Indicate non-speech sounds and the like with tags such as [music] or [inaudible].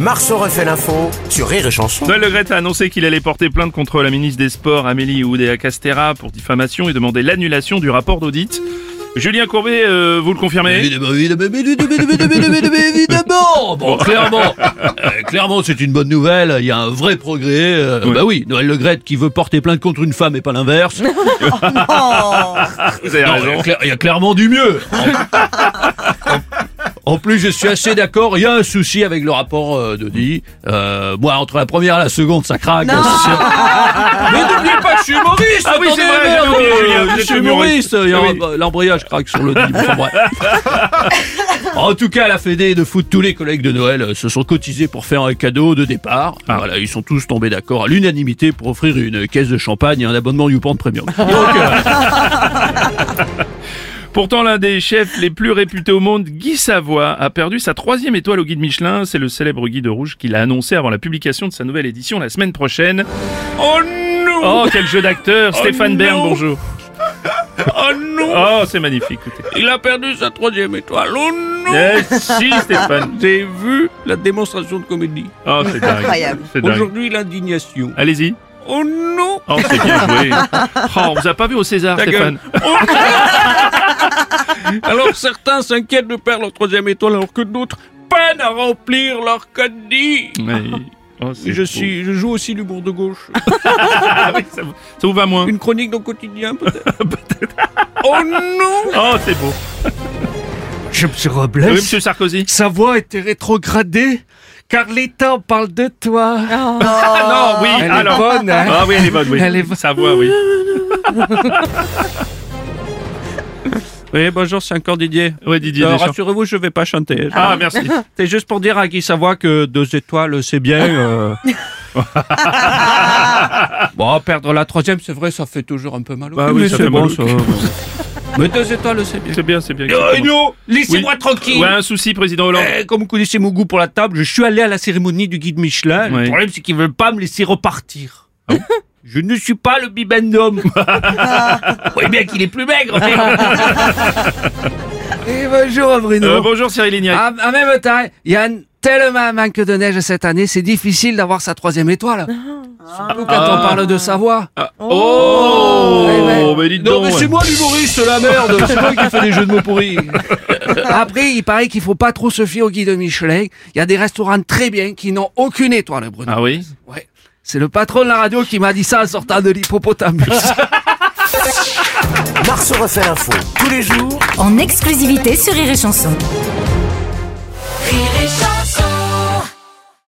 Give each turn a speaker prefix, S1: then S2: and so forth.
S1: Marceau refait l'info sur Rire et Chanson.
S2: Noël Le Gret a annoncé qu'il allait porter plainte contre la ministre des Sports Amélie Oudéa-Castera pour diffamation et demander l'annulation du rapport d'audit. Julien Courbet, euh, vous le confirmez
S3: Évidemment, évidemment, évidemment, évidemment, [laughs] évidemment. Oh, Bon, [laughs] clairement, euh, clairement, c'est une bonne nouvelle. Il y a un vrai progrès. Euh,
S2: Ouais.
S3: Bah oui, Noël Legrette qui veut porter plainte contre une femme et pas l'inverse.
S2: Vous avez
S3: Non,
S2: raison.
S3: il y a cla- il y a clairement du mieux. En plus, je suis assez d'accord. Il y a un souci avec le rapport euh, d'audit. Euh, moi, entre la première et la seconde, ça craque. C'est- [laughs] Mais n'oubliez pas que je suis humoriste.
S2: Ah oui, c'est
S3: attendez,
S2: vrai,
S3: merde,
S2: j'avais oublié,
S3: euh,
S2: vous
S3: je
S2: êtes
S3: suis humoriste.
S2: humoriste.
S3: Il y a
S2: Ah oui.
S3: un- L'embrayage craque sur le dit. Enfin, bref. [laughs] En tout cas, la Fédé de foot, tous les collègues de Noël euh, se sont cotisés pour faire un cadeau de départ. Voilà, ils sont tous tombés d'accord à l'unanimité pour offrir une caisse de champagne et un abonnement YouPorn [laughs] Premium. Donc, euh,
S2: Pourtant, l'un des chefs les plus réputés au monde, Guy Savoie, a perdu sa troisième étoile au guide Michelin. C'est le célèbre guide rouge qu'il a annoncé avant la publication de sa nouvelle édition la semaine prochaine.
S4: Oh non
S2: Oh, quel jeu d'acteur Stéphane
S4: non.
S2: Bern, bonjour.
S4: Oh non
S2: Oh, c'est magnifique, écoutez.
S4: Il a perdu sa troisième étoile. Oh non
S2: Eh, si, Stéphane.
S4: J'ai vu la démonstration de comédie.
S2: Oh, c'est dingue.
S5: Incroyable.
S2: C'est dingue.
S4: Aujourd'hui, l'indignation.
S2: Allez-y.
S4: Oh non
S2: Oh, c'est bien
S4: [laughs]
S2: joué. Oh, on vous a pas vu au César,
S4: Ta
S2: Stéphane.
S4: gueule. Oh non. alors certains s'inquiètent de perdre leur troisième étoile alors que d'autres peinent à remplir leur caddie.
S2: Ouais. Oh, c'est
S4: Je,
S2: beau.
S4: suis, je joue aussi l'humour de gauche.
S2: Ah oui, ça, vous- ça vous va moins.
S4: Une chronique dans le quotidien peut-être
S6: [laughs]
S4: Oh non
S2: Oh, c'est beau.
S6: Je me
S2: Oui,
S6: Robles,
S2: monsieur Sarkozy.
S6: sa voix était rétrogradée car l'État parle de toi. [laughs]
S2: Ah non, oui,
S6: Elle
S2: alors.
S6: est bonne, hein
S2: Ah oui, elle est bonne, oui.
S6: Elle est bonne.
S2: Sa voix, oui.
S4: Oui, bonjour, c'est encore Didier.
S2: Ouais, Didier
S4: Euh,
S2: Deschamps.
S4: Rassurez-vous, je vais pas chanter.
S2: Ah, merci.
S4: C'est juste pour dire à Guy Savoie que deux étoiles, c'est bien. [laughs] euh. bon, perdre la troisième, c'est vrai, ça fait toujours un peu mal. au
S2: Bah
S4: cul,
S2: oui,
S4: mais
S2: ça
S4: c'est
S2: fait
S4: bon,
S2: mal au
S4: ça. mais deux étoiles, c'est bien.
S2: C'est bien, c'est bien.
S4: Oh
S2: exactement.
S4: non Laissez-moi
S2: Oui.
S4: tranquille
S2: Ouais, un souci, président Hollande.
S4: Eh, Comme vous connaissez mon goût pour la table, je suis allé à la cérémonie du guide Michelin.
S2: Ouais. Ah
S4: Le problème, c'est qu'ils veulent pas me laisser repartir. Je ne suis pas le
S2: [laughs]
S4: bibendum. oui, bien qu'il est plus maigre. mais-
S6: Et bonjour Bruno.
S2: Euh, bonjour, Cyril Lignac.
S6: Ah, En même temps, il y a un- tellement un manque de neige cette année, c'est difficile d'avoir sa troisième étoile.
S3: Ah.
S6: Surtout quand on parle de sa voix.
S2: Oh,
S6: Ah. Ouais, ouais.
S2: mais dites
S3: non,
S2: donc.
S3: mais Ah, c'est moi l'humoriste, la merde. C'est moi qui fais des jeux de mots pourris.
S6: [laughs] Après, il paraît qu'il faut pas trop se fier au guide Michelin. Il y a des restaurants très bien qui n'ont aucune étoile, Bruno.
S2: Ah oui
S6: Ouais. C'est le patron de la radio qui m'a dit ça en sortant de l'hippopotamus.
S1: Marceau refait l'info tous les jours
S7: en exclusivité sur Rire et Chanson.